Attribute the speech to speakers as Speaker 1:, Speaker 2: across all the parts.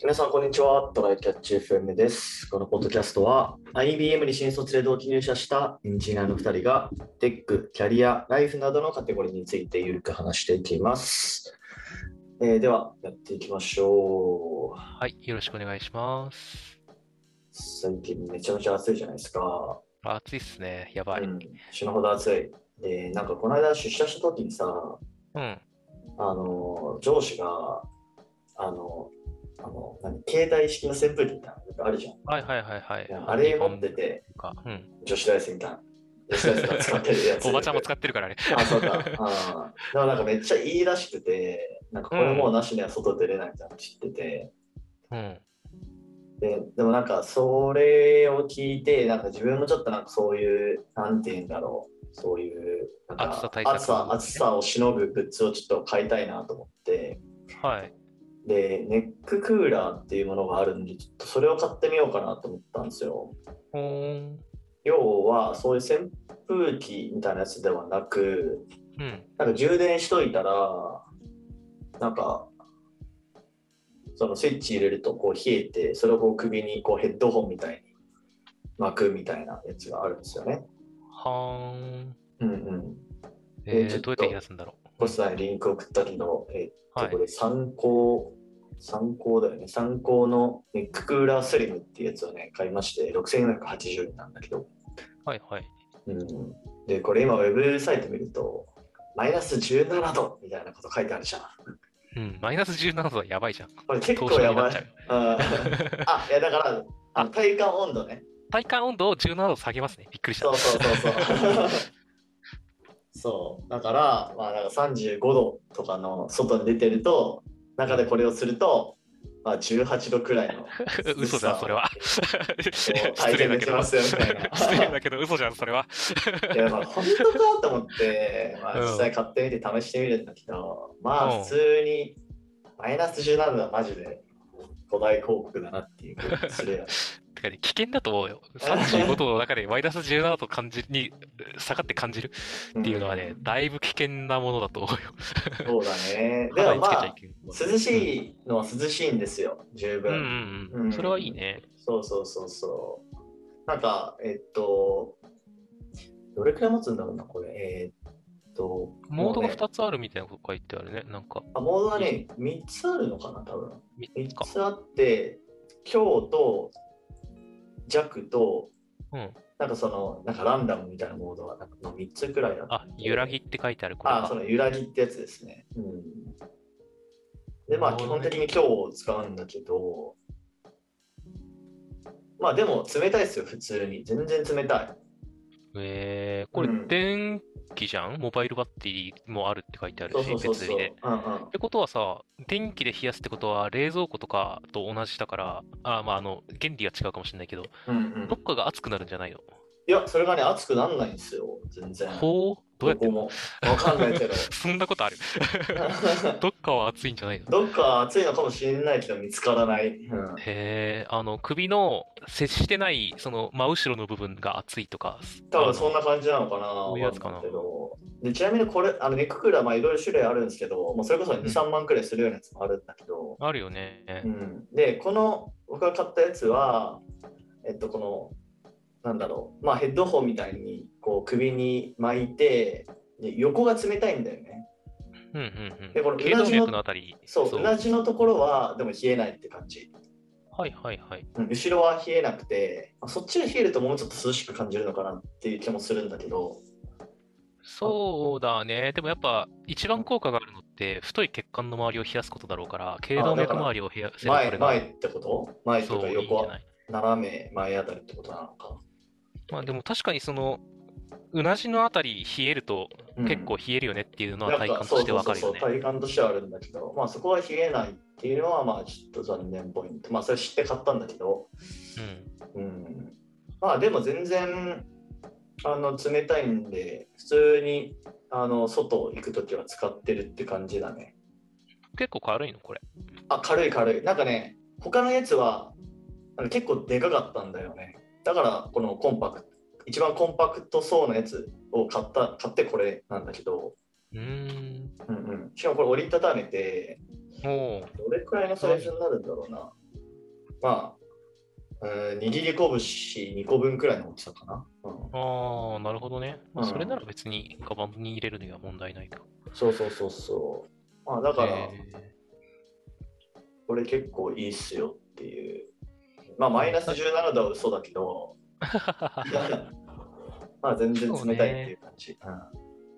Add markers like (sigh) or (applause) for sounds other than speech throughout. Speaker 1: 皆さん、こんにちは。トライキャッチ FM です。このポッドキャストは、IBM に新卒で同期入社したエンジニアの2人が、テック、キャリア、ライフなどのカテゴリーについてゆるく話していきます。えーでは、やっていきましょう。
Speaker 2: はい、よろしくお願いします。
Speaker 1: 最近めちゃめちゃ暑いじゃないですか。
Speaker 2: あ暑いっすね。やばい。う
Speaker 1: うんん。死ぬほど暑い。で、なんかこの間出社した時にさ、あの上司があのあの何携帯式の扇風機みたいなのあるじゃん
Speaker 2: はいはいはいはいい。
Speaker 1: や。あれ持ってて
Speaker 2: 日本とか。うん。
Speaker 1: 女子大生みたいな。女子大生が使ってるやつ。
Speaker 2: おばちゃんも使
Speaker 1: っ
Speaker 2: ってるからね。
Speaker 1: てる。あ、そうか。あーでもなんかめっちゃいいらしくて、なんかこれもうなしには外出れないみたいなの知ってて。
Speaker 2: うん。
Speaker 1: ででもなんかそれを聞いてなんか自分もちょっとなんかそういうなんて言うんだろうそういうなんか
Speaker 2: 暑さ対策
Speaker 1: 暑さ暑さをしのぐグッズをちょっと買いたいなと思って
Speaker 2: はい。
Speaker 1: でネッククーラーっていうものがあるんでちょっとそれを買ってみようかなと思ったんですよ
Speaker 2: ほーん。
Speaker 1: 要はそういう扇風機みたいなやつではなく
Speaker 2: うん。
Speaker 1: なんか充電しといたらなんかそのスイッチ入れるとこう冷えてそれをこう首にこうヘッドホンみたいに巻くみたいなやつがあるんですよね。
Speaker 2: はーん。
Speaker 1: うんうん、
Speaker 2: え
Speaker 1: えーちょ
Speaker 2: ー、
Speaker 1: っ
Speaker 2: ど
Speaker 1: と
Speaker 2: うやって冷やすんだろう。
Speaker 1: ポスターにリンク送ったけど、えっ
Speaker 2: は
Speaker 1: とこ
Speaker 2: い。
Speaker 1: れ参考、参考だよね。参考のネッククーラースリムっていうやつをね、買いまして、6480円なんだけど、
Speaker 2: はいはい。
Speaker 1: うん、で、これ今ウェブサイト見ると、マイナス17度みたいなこと書いてあるじゃん。
Speaker 2: うん。マイナス17度はやばいじゃん。
Speaker 1: これ結
Speaker 2: 凍
Speaker 1: 構
Speaker 2: 傷
Speaker 1: や
Speaker 2: にな
Speaker 1: ば
Speaker 2: っちゃう
Speaker 1: い。。
Speaker 2: (laughs)
Speaker 1: あーあ、いやだから、あの体感温度ね。
Speaker 2: 体感温度を17度下げますね。びっくりし
Speaker 1: そ
Speaker 2: た。
Speaker 1: う。そうそうそう。そう、だから、まあ、なんか35度とかの外に出てると、中でこれをすると、まあ、18度くらいの
Speaker 2: (laughs) 嘘じゃん、それは。失
Speaker 1: 体
Speaker 2: 礼
Speaker 1: 験
Speaker 2: だ
Speaker 1: で
Speaker 2: け
Speaker 1: き
Speaker 2: ど。
Speaker 1: ますよみ
Speaker 2: 失
Speaker 1: たいな。
Speaker 2: 礼だけど、嘘じゃん、それは。
Speaker 1: いやまあ本当かと思って、まあ、
Speaker 2: うん
Speaker 1: 実際買ってみて試してみるんだけど、ま
Speaker 2: うん
Speaker 1: あ普通にマイナス17度はマジで古代広告だなっていう感じするよね。
Speaker 2: てかね、危険だと
Speaker 1: (laughs)
Speaker 2: 思うよ。35度の中でマイナス17度感じに下がって感じる (laughs) っていうのはね、だいぶ危険なものだと思うよ。
Speaker 1: うん、そうだ
Speaker 2: (laughs)
Speaker 1: ね。で
Speaker 2: 肌
Speaker 1: も
Speaker 2: に
Speaker 1: ま
Speaker 2: つけちゃ
Speaker 1: あ
Speaker 2: いけない。
Speaker 1: 涼しいのは涼しいんですよ、十
Speaker 2: うん
Speaker 1: 分。
Speaker 2: うんう。
Speaker 1: うんん
Speaker 2: それはいいね。
Speaker 1: そうそうそうそう。なんか、えっと、どれくらい持つんだろうな、これ。えっと、
Speaker 2: モー
Speaker 1: も
Speaker 2: ドが
Speaker 1: うね
Speaker 2: 2つあるみたいなこと書いてあるね。なんか、
Speaker 1: あモードがね、3つあるのかな、多分。
Speaker 2: 3
Speaker 1: 3
Speaker 2: つか。
Speaker 1: つあって強と弱と
Speaker 2: うん。
Speaker 1: なんかそのなんかランダムみたいなモードがなんか3つくらいあって
Speaker 2: あ、揺らぎって書いてある。これ
Speaker 1: あそ
Speaker 2: が
Speaker 1: の揺らぎってやつですね、うん、でまあ
Speaker 2: なる
Speaker 1: 基
Speaker 2: ほど
Speaker 1: 本
Speaker 2: ね
Speaker 1: 的に強を使うんだけどまあでも冷たいですよ普通に全然冷たい
Speaker 2: えー、これ
Speaker 1: うん
Speaker 2: 電気じゃんモバイルバッテリーもあるって書いてある
Speaker 1: そう
Speaker 2: し
Speaker 1: そう、そう
Speaker 2: 別
Speaker 1: そう
Speaker 2: 売りで。
Speaker 1: うんうん
Speaker 2: ってことはさ、電気で冷やすってことは冷蔵庫とかと同じだから、あまあ、あの、原理が違うかもしれないけど、
Speaker 1: うんうん
Speaker 2: どっかが熱くなるんじゃないの
Speaker 1: いやそれがね熱くなんないんですよ全然
Speaker 2: ほうどうやって
Speaker 1: こもわかんない
Speaker 2: (laughs)
Speaker 1: けど
Speaker 2: そんなこと
Speaker 1: (laughs)
Speaker 2: あるどっかは熱いんじゃないの
Speaker 1: どっか暑いのかもしれないけど見つからない、うん
Speaker 2: へえ、あの、首の接してない、その、真後ろの部分が熱いとか、
Speaker 1: 多分そん
Speaker 2: な、
Speaker 1: な感じなのかな。
Speaker 2: ういうやつかな
Speaker 1: わんいけどでちなみにこれ、あのネッククーラー、まあいろいろ種類あるんですけど、もうそれこそ2、
Speaker 2: うん
Speaker 1: 3万くらいするようなやつもあるんだけど、
Speaker 2: あるよね。
Speaker 1: うん、で、この僕が買ったやつは、えっと、この、なんだろう、まあヘッドホンみたいにこう首に巻いて、で横が冷たいんだよね。
Speaker 2: うんうんうん。
Speaker 1: でこの
Speaker 2: 頸動脈のあたり。
Speaker 1: そう、うなじのところは、でも冷えないって感じ。
Speaker 2: はいはいはい。
Speaker 1: うん後ろは冷えなくて、まあそっちが冷えるともうちょっと涼しく感じるのかなっていう気もするんだけど、
Speaker 2: そうだね。でもやっぱ、一番効果があるのって、太い血管の周りを冷やすことだろうから、頸動脈周りを冷やせばこ
Speaker 1: 前
Speaker 2: れが
Speaker 1: 前ってこと前と
Speaker 2: そ
Speaker 1: か
Speaker 2: う、いいんじ
Speaker 1: 横
Speaker 2: ゃ
Speaker 1: は
Speaker 2: ない。
Speaker 1: 斜め前あたりってことなのか。
Speaker 2: まあでも確かにその、うなじのあたり冷えると、
Speaker 1: うん
Speaker 2: 結構冷えるよねっていうの
Speaker 1: な
Speaker 2: は
Speaker 1: んか
Speaker 2: 体感としてわかるよね
Speaker 1: そうそうそう。そう体感としてはあるんだけど、まあそこは冷えないっていうのは、まあちょっと残念ポイント。まあそれ知って買ったんだけど、
Speaker 2: うん。
Speaker 1: うん。まあでも全然、あの冷たいんで、普通にあの外行くときは使ってるって感じだね。
Speaker 2: 結構軽いの、これ。
Speaker 1: あ、軽い軽い。なんかね、他のやつはあの結構でかかったんだよね。だから、このコンパクト、一番コンパクトそうなやつを買った、買ってこれなんだけど、
Speaker 2: うーん。
Speaker 1: うんうん、しかもこれ折りたためて、
Speaker 2: おー
Speaker 1: どれくらいのサイズになるんだろうな。まあ、うん握り拳2個分くらいの大きさかな。うん
Speaker 2: ああ、なるほどね。まあ、
Speaker 1: うん
Speaker 2: それなら別にカバンに入れるには問題ないか。
Speaker 1: そうそうそうそう。まあ、だから、
Speaker 2: えー
Speaker 1: これ結構いいっすよっていう。まあ、マイナス17度は嘘だけ
Speaker 2: (laughs)
Speaker 1: ど、まあ、全然冷たいっていう感じ。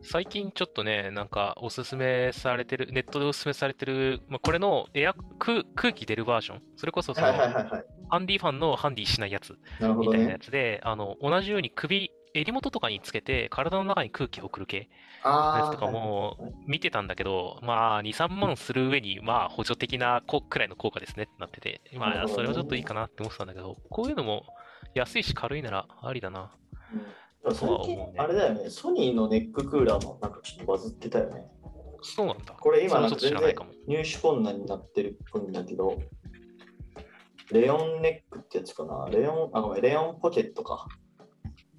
Speaker 2: 最近ちょっとね、なんかおすすめされてる、ネットでおすすめされてる、まあ、これのエア空空気出るバージョン、それこそ
Speaker 1: う
Speaker 2: そ
Speaker 1: ん
Speaker 2: の、
Speaker 1: はいはいはいはい。
Speaker 2: ハンディファンのハンディしないやつ
Speaker 1: なるほ
Speaker 2: み
Speaker 1: ど
Speaker 2: たいな
Speaker 1: ね
Speaker 2: や。つで、あの同じように首、襟元とかにつけて、体の中に空気を送る系のや
Speaker 1: あ
Speaker 2: つ
Speaker 1: あ、
Speaker 2: とかも見てたんだけど、まあ、2、3万する上に、まあ、補助的なこくらいの効果ですねってなってて、
Speaker 1: な
Speaker 2: ま
Speaker 1: る
Speaker 2: あ、
Speaker 1: ほど
Speaker 2: そ
Speaker 1: ね
Speaker 2: れはちょっといいかなって思ってたんだけど、こういうのも安いし軽いならありだな。
Speaker 1: うん最近あれだよね、ソニーのネッククーラーもなんかちょっとバズってたよね。
Speaker 2: そうなんだ。
Speaker 1: これ今
Speaker 2: そ
Speaker 1: な
Speaker 2: は
Speaker 1: ん
Speaker 2: ち
Speaker 1: か
Speaker 2: ょっと知
Speaker 1: 全
Speaker 2: らな
Speaker 1: 然
Speaker 2: いかも。
Speaker 1: 入手困難になってるっぽいんだけど、レオンネックってやつかな。レオン、あ、ごめん、レオンポケットか。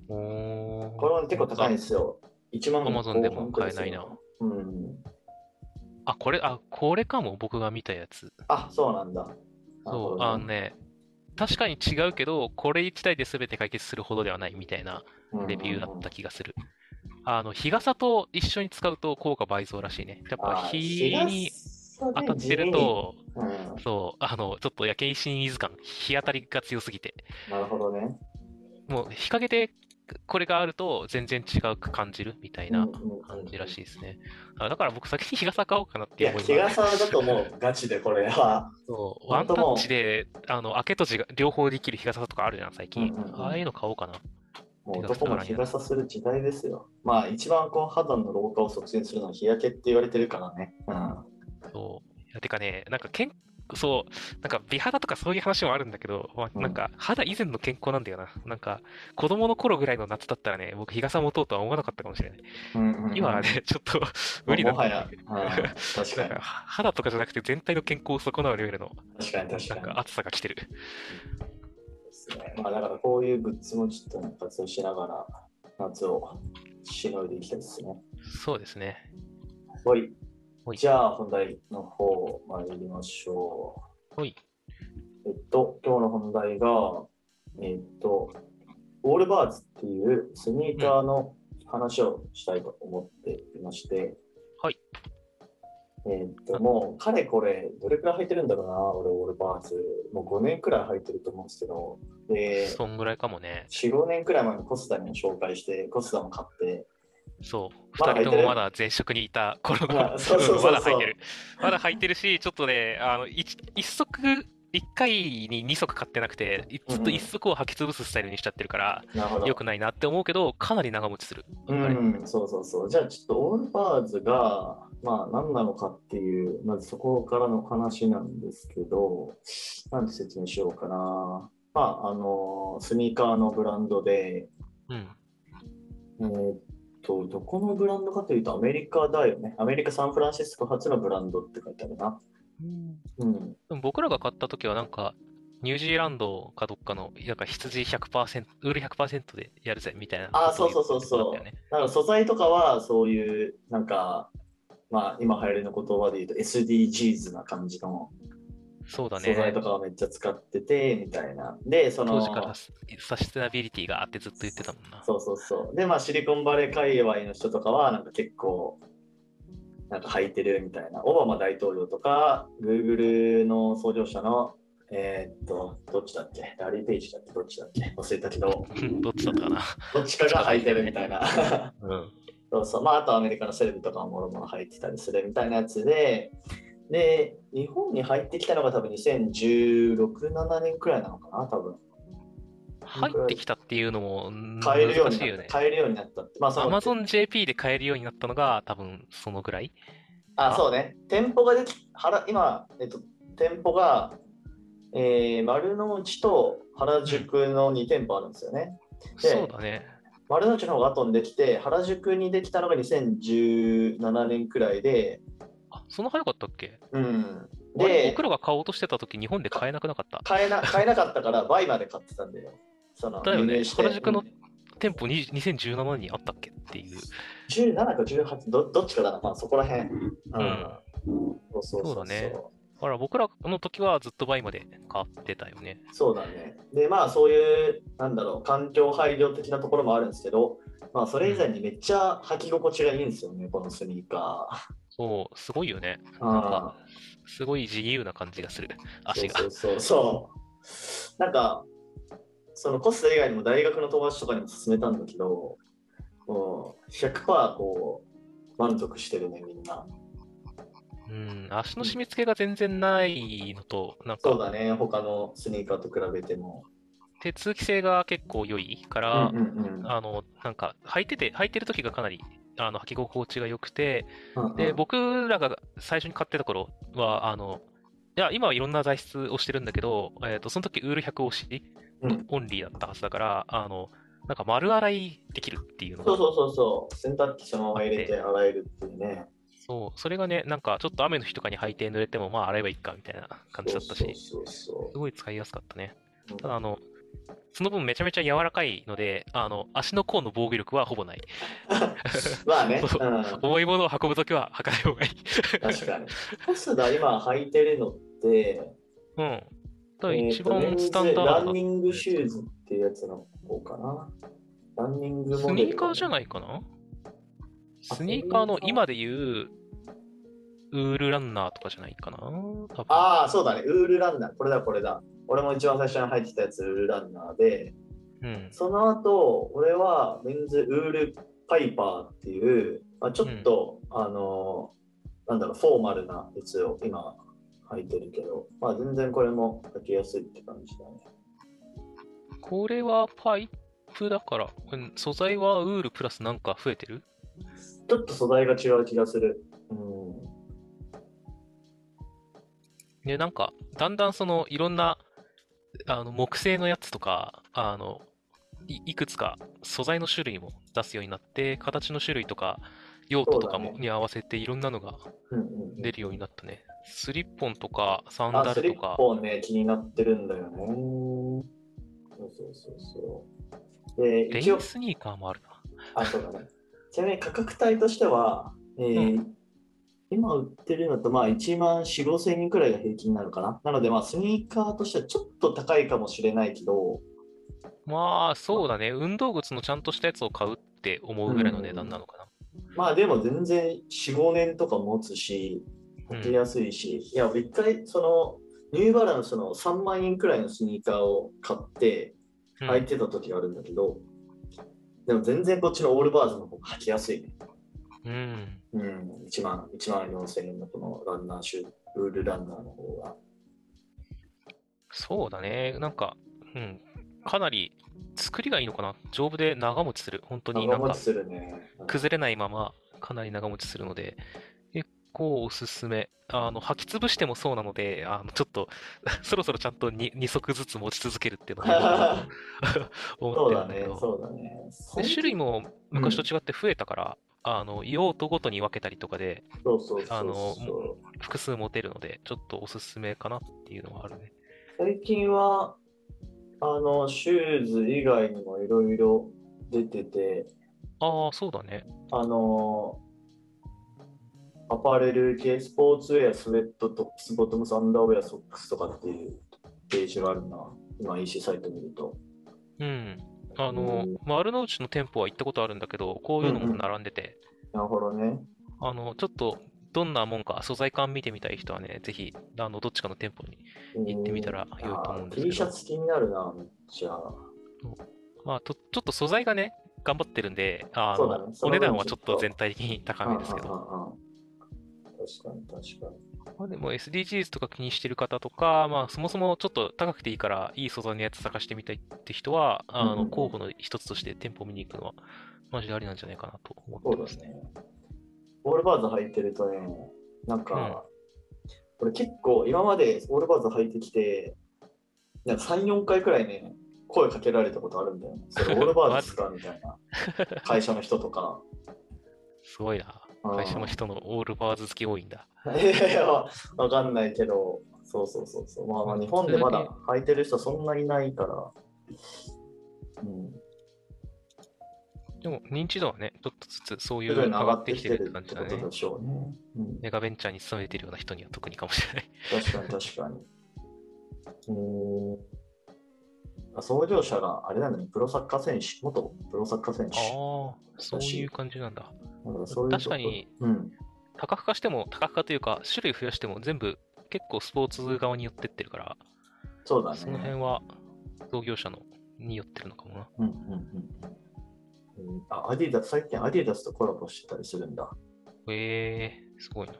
Speaker 2: おー
Speaker 1: これは結構高いんですよ。1万
Speaker 2: Amazon でも買えないな
Speaker 1: 後半くらいするのかな。うん。
Speaker 2: あ、これ、あ、これかも、僕が見たやつ。
Speaker 1: あ、そうなんだ。
Speaker 2: そう、
Speaker 1: なる
Speaker 2: あ
Speaker 1: ほど
Speaker 2: のね、確かに違うけど、これ1台で全て解決するほどではないみたいなレビューだった。気がする。あの、日傘と一緒に使うと効果倍増らしいね。やっ
Speaker 1: うんうんうん
Speaker 2: ぱ日に
Speaker 1: あ
Speaker 2: 当たってる、と、
Speaker 1: 日傘で地味にうん
Speaker 2: そう、あの、ちょっと夜景シーンイズ感、日当たりが強すぎて、
Speaker 1: なるほどね。
Speaker 2: もう日陰でこれがあると全然違うく感じるみたいな感じらしい
Speaker 1: い。
Speaker 2: ですね。あだから僕先に日傘買おうかなっ
Speaker 1: い
Speaker 2: て
Speaker 1: や、
Speaker 2: 思います。
Speaker 1: 日傘だともうガチでこれ
Speaker 2: (laughs)
Speaker 1: は。
Speaker 2: そう、ワ
Speaker 1: 本
Speaker 2: ン
Speaker 1: 当
Speaker 2: タ
Speaker 1: もう
Speaker 2: ッチで、あの、開け閉じが両方できる日傘とかあるじゃん、最近
Speaker 1: うんうんう。ん
Speaker 2: ああいうの買おうかな。
Speaker 1: もう男も日傘する時代ですよ。まあ一番こう肌の老化を促進するのは日焼けって言われてるからね。うん。
Speaker 2: そう。いやてかね、なんか健、そう、なんか美肌とかそういう話もあるんだけど、ま
Speaker 1: う
Speaker 2: あ、
Speaker 1: ん
Speaker 2: なんか肌以前の健康なんだよな。なんか、子供の頃ぐらいの夏だったらね、僕日傘持とうとは思わなかったかもしれない。
Speaker 1: うんうんうん
Speaker 2: 今
Speaker 1: (laughs)
Speaker 2: はね、ちょっと
Speaker 1: も
Speaker 2: 無
Speaker 1: う
Speaker 2: 理だ
Speaker 1: もはや、うん、確か
Speaker 2: なん
Speaker 1: に
Speaker 2: か肌とかじゃなくて全体の健康を損なうレベルの
Speaker 1: 確かに確
Speaker 2: なん
Speaker 1: か
Speaker 2: か暑さが来てる。
Speaker 1: に。まあだからこういうグッズもちょっとね活用しながら夏をしのいでいきたいですね。
Speaker 2: そうですね。
Speaker 1: はい
Speaker 2: ほ。い
Speaker 1: じゃあ本題の方参りましょ
Speaker 2: ほい。
Speaker 1: う。えっと、今日の本題が、えっと、ウォールバーズっていうスニーカーの話をしたいと思っていまして、
Speaker 2: はい。
Speaker 1: えっと、もう、かれこれ、どれくらい履いてるんだろうな、俺、ウォールバーズ。もう5年くらい履いてると思うんですけど、で、
Speaker 2: そんぐらいかもね。
Speaker 1: 4、5年くらい前にコスタにも紹介して、コスタも買って、
Speaker 2: そう、
Speaker 1: まだ
Speaker 2: 2
Speaker 1: 履い
Speaker 2: 人
Speaker 1: てる
Speaker 2: ともまだ前職にいた頃の、
Speaker 1: あそうそうそうそう
Speaker 2: まだ履いてる。まだ履いてるし、ちょっとね、あの 1, 足、1回に2足買ってなくて、いずっと1足を履き潰すスタイルにしちゃってるから、
Speaker 1: なるほど
Speaker 2: 良くないなって思うけど、かなり長持ちする。
Speaker 1: うん、そうそうそう。じゃあちょっとオールバーズが、まあ何なのかっていう、まずそこからの話なんですけど、なんて説明しようかな。まあ、あの、スニーカーのブランドで、
Speaker 2: うん。
Speaker 1: えーっと、どこのブランドかというとアメリカだよね。アメリカ・サンフランシスコ発のブランドって書いてあるな。うん。
Speaker 2: でも僕らが買った時は、なんか、ニュージーランドかどっかの、なんか羊100%、ウール100%でやるぜみたいな
Speaker 1: あー
Speaker 2: ことを言
Speaker 1: そうそうそうそう
Speaker 2: 言ってたんだよね
Speaker 1: だから素材とかはそういう、なんか、まあ今流行りの言葉で言うと SDGs な感じの
Speaker 2: そうだ
Speaker 1: 素材
Speaker 2: ね
Speaker 1: と。かをめっちゃ使ってて、みたいな。で、そ
Speaker 2: 当
Speaker 1: の、
Speaker 2: 時からササステナビリティがあってずっと言ってたもんな。
Speaker 1: そうそうそう。で、まあ、シリコンバレー界隈の人とかは、なんか結構、なんか履いてるみたいな。オバマ大統領とか、Google の創業者の、えーっと、どっちだっけラリー・ペイジだっけどっちだっけ忘れたけど、
Speaker 2: (laughs) どっちだったかな。
Speaker 1: どっちかが履いてるみたいな。 (laughs)
Speaker 2: うん。
Speaker 1: そうそう。まあ、あとアメリカのセレブとかももろもろ履いてたりするみたいなやつで、で、日本に入ってきたのが多分2016、7年くらいなのかな、多分。
Speaker 2: 入ってきたっていうのも
Speaker 1: 買えるよう
Speaker 2: 難
Speaker 1: に
Speaker 2: しい
Speaker 1: な
Speaker 2: よ
Speaker 1: った。
Speaker 2: ね。
Speaker 1: 買えるようになったって。まあ、その
Speaker 2: AmazonJP で買えるようになったのが多分そのぐらい。
Speaker 1: あ、
Speaker 2: あ
Speaker 1: そうね。店舗ができ、原今、えっと、店舗が、えー丸の内と原宿の2店舗あるんですよね。で
Speaker 2: そうだね。
Speaker 1: 丸の内の方が後にできて、原宿にできたのが2017年くらいで、
Speaker 2: あ、そんな早かったっけ
Speaker 1: うん。
Speaker 2: あれ
Speaker 1: で
Speaker 2: 僕、らが買おうとしてた時日本で買えなくなかった。
Speaker 1: 買えな買えなかったから、倍まで買ってたんだよ。その
Speaker 2: だよね
Speaker 1: 輸入して
Speaker 2: 原宿の店舗に2017にあったっけっていう。
Speaker 1: 17か18ど、どっちかだな、まあ、そこら辺。うん
Speaker 2: ん
Speaker 1: そうそうそう
Speaker 2: そうだねから僕らの時はずっと倍まで買ってたよね。
Speaker 1: そうだね。で、まあそういう、なんだろう、環境配慮的なところもあるんですけど、まあそれ以前にめっちゃ履き心地がいいんですよね、このスニーカー。
Speaker 2: そう、すごいよね。
Speaker 1: なん
Speaker 2: かすごい自由な感じがする、足が。
Speaker 1: そうそうそうそう。なんか、そのコスタ以外にも大学の友達とかにも勧めたんだけど、もう100%こう、満足してるね、みんな。
Speaker 2: うん、足の締め付けが全然ないのと、なん
Speaker 1: そう
Speaker 2: か、
Speaker 1: だね、他のスニーカーと比べても。
Speaker 2: で通気性が結構良いか
Speaker 1: う
Speaker 2: ら、
Speaker 1: んうんうん
Speaker 2: あの、なんか、履いてて、履いてる時がかなり、あの、履き心地が良くて、
Speaker 1: うんうん
Speaker 2: で、僕らが最初に買ってた頃は、あの、いや、今はいろんな材質をしてるんだけど、えっ、と、その時ウール100押し
Speaker 1: うん
Speaker 2: オンリーだったはずだから、あの、なんか丸洗いできるっていうのが、
Speaker 1: そうそうそうそう、洗濯機そのまま入れて洗えるっていうね。
Speaker 2: そう、それがね、なんかちょっと雨の日とかに履いて濡れても、まあ洗えばいいかみたいな感じだったし、す
Speaker 1: そうそうそう
Speaker 2: ごい使いやすかったね。
Speaker 1: そう。
Speaker 2: ただあの、その分めちゃめちゃ柔らかいので、あの、足の甲の防御力はほぼない。
Speaker 1: ま
Speaker 2: (laughs)
Speaker 1: あね、
Speaker 2: そう
Speaker 1: うん、
Speaker 2: 重いものを運ぶときは履かない方がいい。
Speaker 1: 確かに。コスダ今履いてるのって、
Speaker 2: うん。だから
Speaker 1: えーと
Speaker 2: 一番スタ
Speaker 1: レ
Speaker 2: ンダ
Speaker 1: ンズ
Speaker 2: ー
Speaker 1: ラ
Speaker 2: ド
Speaker 1: ン
Speaker 2: な
Speaker 1: ニングシューズっていうやつの方かな。ランニング
Speaker 2: ス
Speaker 1: モデ
Speaker 2: ニ
Speaker 1: ル
Speaker 2: ーカーじゃ
Speaker 1: い
Speaker 2: ないかな
Speaker 1: あ
Speaker 2: スニーカーの
Speaker 1: スニーカー
Speaker 2: 今で言う、ウールランナーとかじゃないかな多分
Speaker 1: ああ、そうだね。ウールランナー。これだ、これだ。俺も一番最初に入ってたやつ、ウールランナーで、
Speaker 2: うん。
Speaker 1: その後、俺はメンズウールパイパーっていう、まあ、ちょっと、あのー、なんだろう、フォーマルなやつを今履いてるけど、まあ全然これも履きやすいって感じだね。
Speaker 2: これはパイプだから、うん素材はウールプラスなんか増えてる
Speaker 1: ちょっと素材が違う気がする。うん。
Speaker 2: で、なんか、だんだんその、いろんな、あの、木製のやつとか、あの、いいくつか素材の種類も出すようになって、形の種類とか、用途とかも、
Speaker 1: そうだね
Speaker 2: に合わせていろんなのが
Speaker 1: うんうん
Speaker 2: 出るようになったね。スリッポンとか、サン
Speaker 1: あ、
Speaker 2: ダ
Speaker 1: ス
Speaker 2: ル
Speaker 1: リ
Speaker 2: と
Speaker 1: ッ
Speaker 2: か、
Speaker 1: ポンね、気になってるんだよね。そうそうそうそう。で、
Speaker 2: レイ
Speaker 1: 一応
Speaker 2: ン、スニーカーもあるな。
Speaker 1: あ、そうだね。ちなみに価格帯としては、えー今売ってるのと、まあ、1万4、5千円くらいが平均なのかな。なので、まあ、スニーカーとしてはちょっと高いかもしれないけど、
Speaker 2: まあ、そうだね。運動靴のちゃんとしたやつを買うって思うぐらいの値段なのかな。
Speaker 1: まあ、でも全然4、5年とか持つし、
Speaker 2: うん
Speaker 1: 履きやすいし、いや、俺一回、その、ニューバランスの3万円くらいのスニーカーを買って、
Speaker 2: うん
Speaker 1: 履いてた時があるんだけど、でも全然こっちのオールバーズの方が履きやすいね。
Speaker 2: うん。
Speaker 1: うん、1万、1万4千円のこのランナーシュー、ウールランナーの方が。
Speaker 2: そうだね。なんか、うん。かなり、作りがいいのかな。丈夫で長持ちする。本当にな
Speaker 1: 長
Speaker 2: ん
Speaker 1: 持
Speaker 2: か
Speaker 1: ち、するね。
Speaker 2: 崩れないまま、かなり長持ちするので、結構おすすめ。あの、履き潰してもそうなので、あの、ちょっと、 (laughs) そろそろちゃんと 2, 二足ずつ持ち続けるっていうのを
Speaker 1: (laughs)
Speaker 2: 思
Speaker 1: そ
Speaker 2: っ
Speaker 1: う
Speaker 2: てる
Speaker 1: だ
Speaker 2: んだけ
Speaker 1: ね
Speaker 2: ど。、
Speaker 1: (laughs) そうだね。
Speaker 2: で種類も昔と違って増えたから、あの用途ごとに分けたりとかで
Speaker 1: そうそうそう
Speaker 2: あの
Speaker 1: そう。
Speaker 2: 複数持てるので、ちょっとおすすめかなっていうのはあるね。
Speaker 1: 最近は、あの、シューズ以外にもいろいろ出てて、
Speaker 2: ああ、そうだね。
Speaker 1: あの、アパレル系、スポーツウェア、スウェット、トップス、ボトムス、アンダーウェア、ソックスとかっていうページがあるな。今、EC サイト見ると。
Speaker 2: うん。あの
Speaker 1: うん、
Speaker 2: 丸の内の店舗は行ったことあるんだけど、こういうの
Speaker 1: うん
Speaker 2: も
Speaker 1: うん
Speaker 2: 並んでて、
Speaker 1: なるほどね。
Speaker 2: あの、ちょっと、どんなもんか、素材感見てみたい人はね、ぜひ、あの、どっちかの店舗に。行ってみたら良いと思うんですけど
Speaker 1: あー T シャツ気になるな、めっちゃ。
Speaker 2: まあ、とちょっと素材がね、頑張ってるんで、あ
Speaker 1: そうだね
Speaker 2: の、
Speaker 1: そ
Speaker 2: お
Speaker 1: の分
Speaker 2: 値段はちょっ
Speaker 1: ちょっ
Speaker 2: と
Speaker 1: と
Speaker 2: 全体的に高めですけ
Speaker 1: うんう
Speaker 2: ど、
Speaker 1: んうんうん確かに確かに。
Speaker 2: まあでも SDGs とか気にしてる方とか、まあ、そもそもちょっと高くていいから、いい素材のやつ探してみたいって人は、あ
Speaker 1: うんうんう
Speaker 2: の、
Speaker 1: ん
Speaker 2: 候補の一つとして店舗見に行くのは、マジでありなんじゃないかなと思
Speaker 1: そ
Speaker 2: って
Speaker 1: う
Speaker 2: ま
Speaker 1: ですす
Speaker 2: ね。
Speaker 1: ね。オールバーズ履いてるとね、なんか、俺結構今までオールバーズ履いてきて、なんか3、4回くらいね、声かけられたことあるんだよね。それオールバーズですかみたい
Speaker 2: (laughs)
Speaker 1: な。会社の人とか。
Speaker 2: すごいな。
Speaker 1: うん
Speaker 2: 会社の人のオールバーズ好き多いんだ。
Speaker 1: (laughs) いやいや、わかんないけど、そうそうそうそう。まあまあ、日本でまだ履いてる人そんなにいないから。うん。
Speaker 2: でも認知度はね、ちょっとずつそうい
Speaker 1: 徐
Speaker 2: う
Speaker 1: 々に
Speaker 2: 上
Speaker 1: 上
Speaker 2: が
Speaker 1: が
Speaker 2: っ
Speaker 1: ってて
Speaker 2: き
Speaker 1: き
Speaker 2: て
Speaker 1: て
Speaker 2: る
Speaker 1: る
Speaker 2: って感
Speaker 1: っ
Speaker 2: じ
Speaker 1: て
Speaker 2: だ
Speaker 1: こと
Speaker 2: ね
Speaker 1: で。しょうね。うん、
Speaker 2: メガベンチャーに勤めてるような人には特にかもしれない。
Speaker 1: 確かに確かに。うーん。創業者があれなんだね、プロサッカー選手、元プロサッカー選手。
Speaker 2: ああ、そういう感じなんだ。
Speaker 1: だからそういう
Speaker 2: 確かに
Speaker 1: こと。うん。
Speaker 2: 多角化しても、多角化というか、種類増やしても全部結構スポーツ側に寄ってってるから、
Speaker 1: そうだね。
Speaker 2: その辺は創業者のに寄ってるのかもな。
Speaker 1: うんうんうんうん。あ、アディダス、最近アディダスとコラボしてたりするんだ。
Speaker 2: ええすごいな。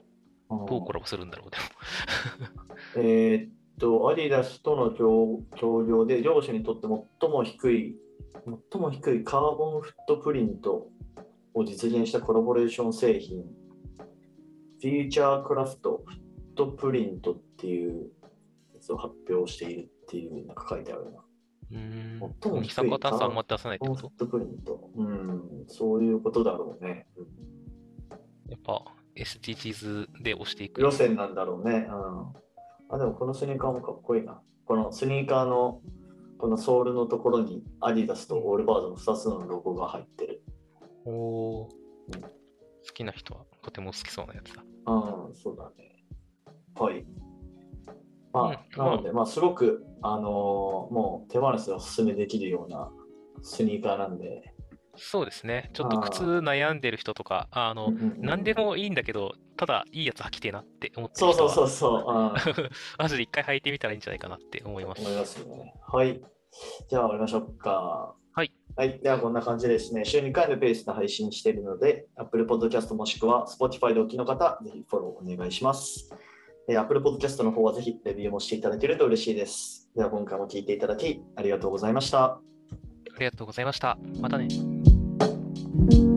Speaker 1: うん
Speaker 2: どうコラボするんだろう、でも。
Speaker 1: えーっと、アディダスとの協協業で、両社にとって最も低い、最も低いカーボンフットプリントを実現したコラボレーション製品、フィーチャークラフトフットプリントっていうやつを発表しているっていう、なんか書いてあるな。
Speaker 2: うーん
Speaker 1: もっとも低
Speaker 2: 二
Speaker 1: い
Speaker 2: 酸化炭素あんま出さないっ
Speaker 1: カ
Speaker 2: て
Speaker 1: ーボ
Speaker 2: こ
Speaker 1: ンフッ
Speaker 2: と
Speaker 1: トプリント。うん、そういうことだろうね。うん
Speaker 2: やっぱ SDGs で押していく。
Speaker 1: 路線なんだろうね。うん、あでもこのスニーカーもかっこいいな。このスニーカーのこのソールのところにアディダスとオールバードの2つのロゴが入ってる。
Speaker 2: おー
Speaker 1: うん
Speaker 2: 好きな人はとても好きそうなやつだ。
Speaker 1: うん、そうだね。はい。ま
Speaker 2: うん
Speaker 1: あ、なので、まあ、すごく、あのーもう手放しでおすすめできるようなスニーカーなんで。
Speaker 2: そうですね。ちょっと
Speaker 1: あー
Speaker 2: 靴悩んでる人とか、あの、
Speaker 1: うんうんうん
Speaker 2: 何でもいいんだけど、ただいいやつ履きてえなって思って
Speaker 1: そ
Speaker 2: る
Speaker 1: う
Speaker 2: 人
Speaker 1: そう
Speaker 2: は、
Speaker 1: そうそう。うん
Speaker 2: (laughs) マジで一回履いてみたらいいんじゃないかなって思います。
Speaker 1: 思いますね。はい。じゃあ終わりましょうか。
Speaker 2: はい。
Speaker 1: はい。ではこんな感じですね。週2回のペースで配信しているので、Apple Podcast もしくは Spotify でお聞きの方、ぜひフォローお願いします。えー Apple Podcast の方はぜひレビューもしていただけると嬉しいです。では今回も聞いていただきありがとうございました。
Speaker 2: ありがとうございました。またね。
Speaker 1: 「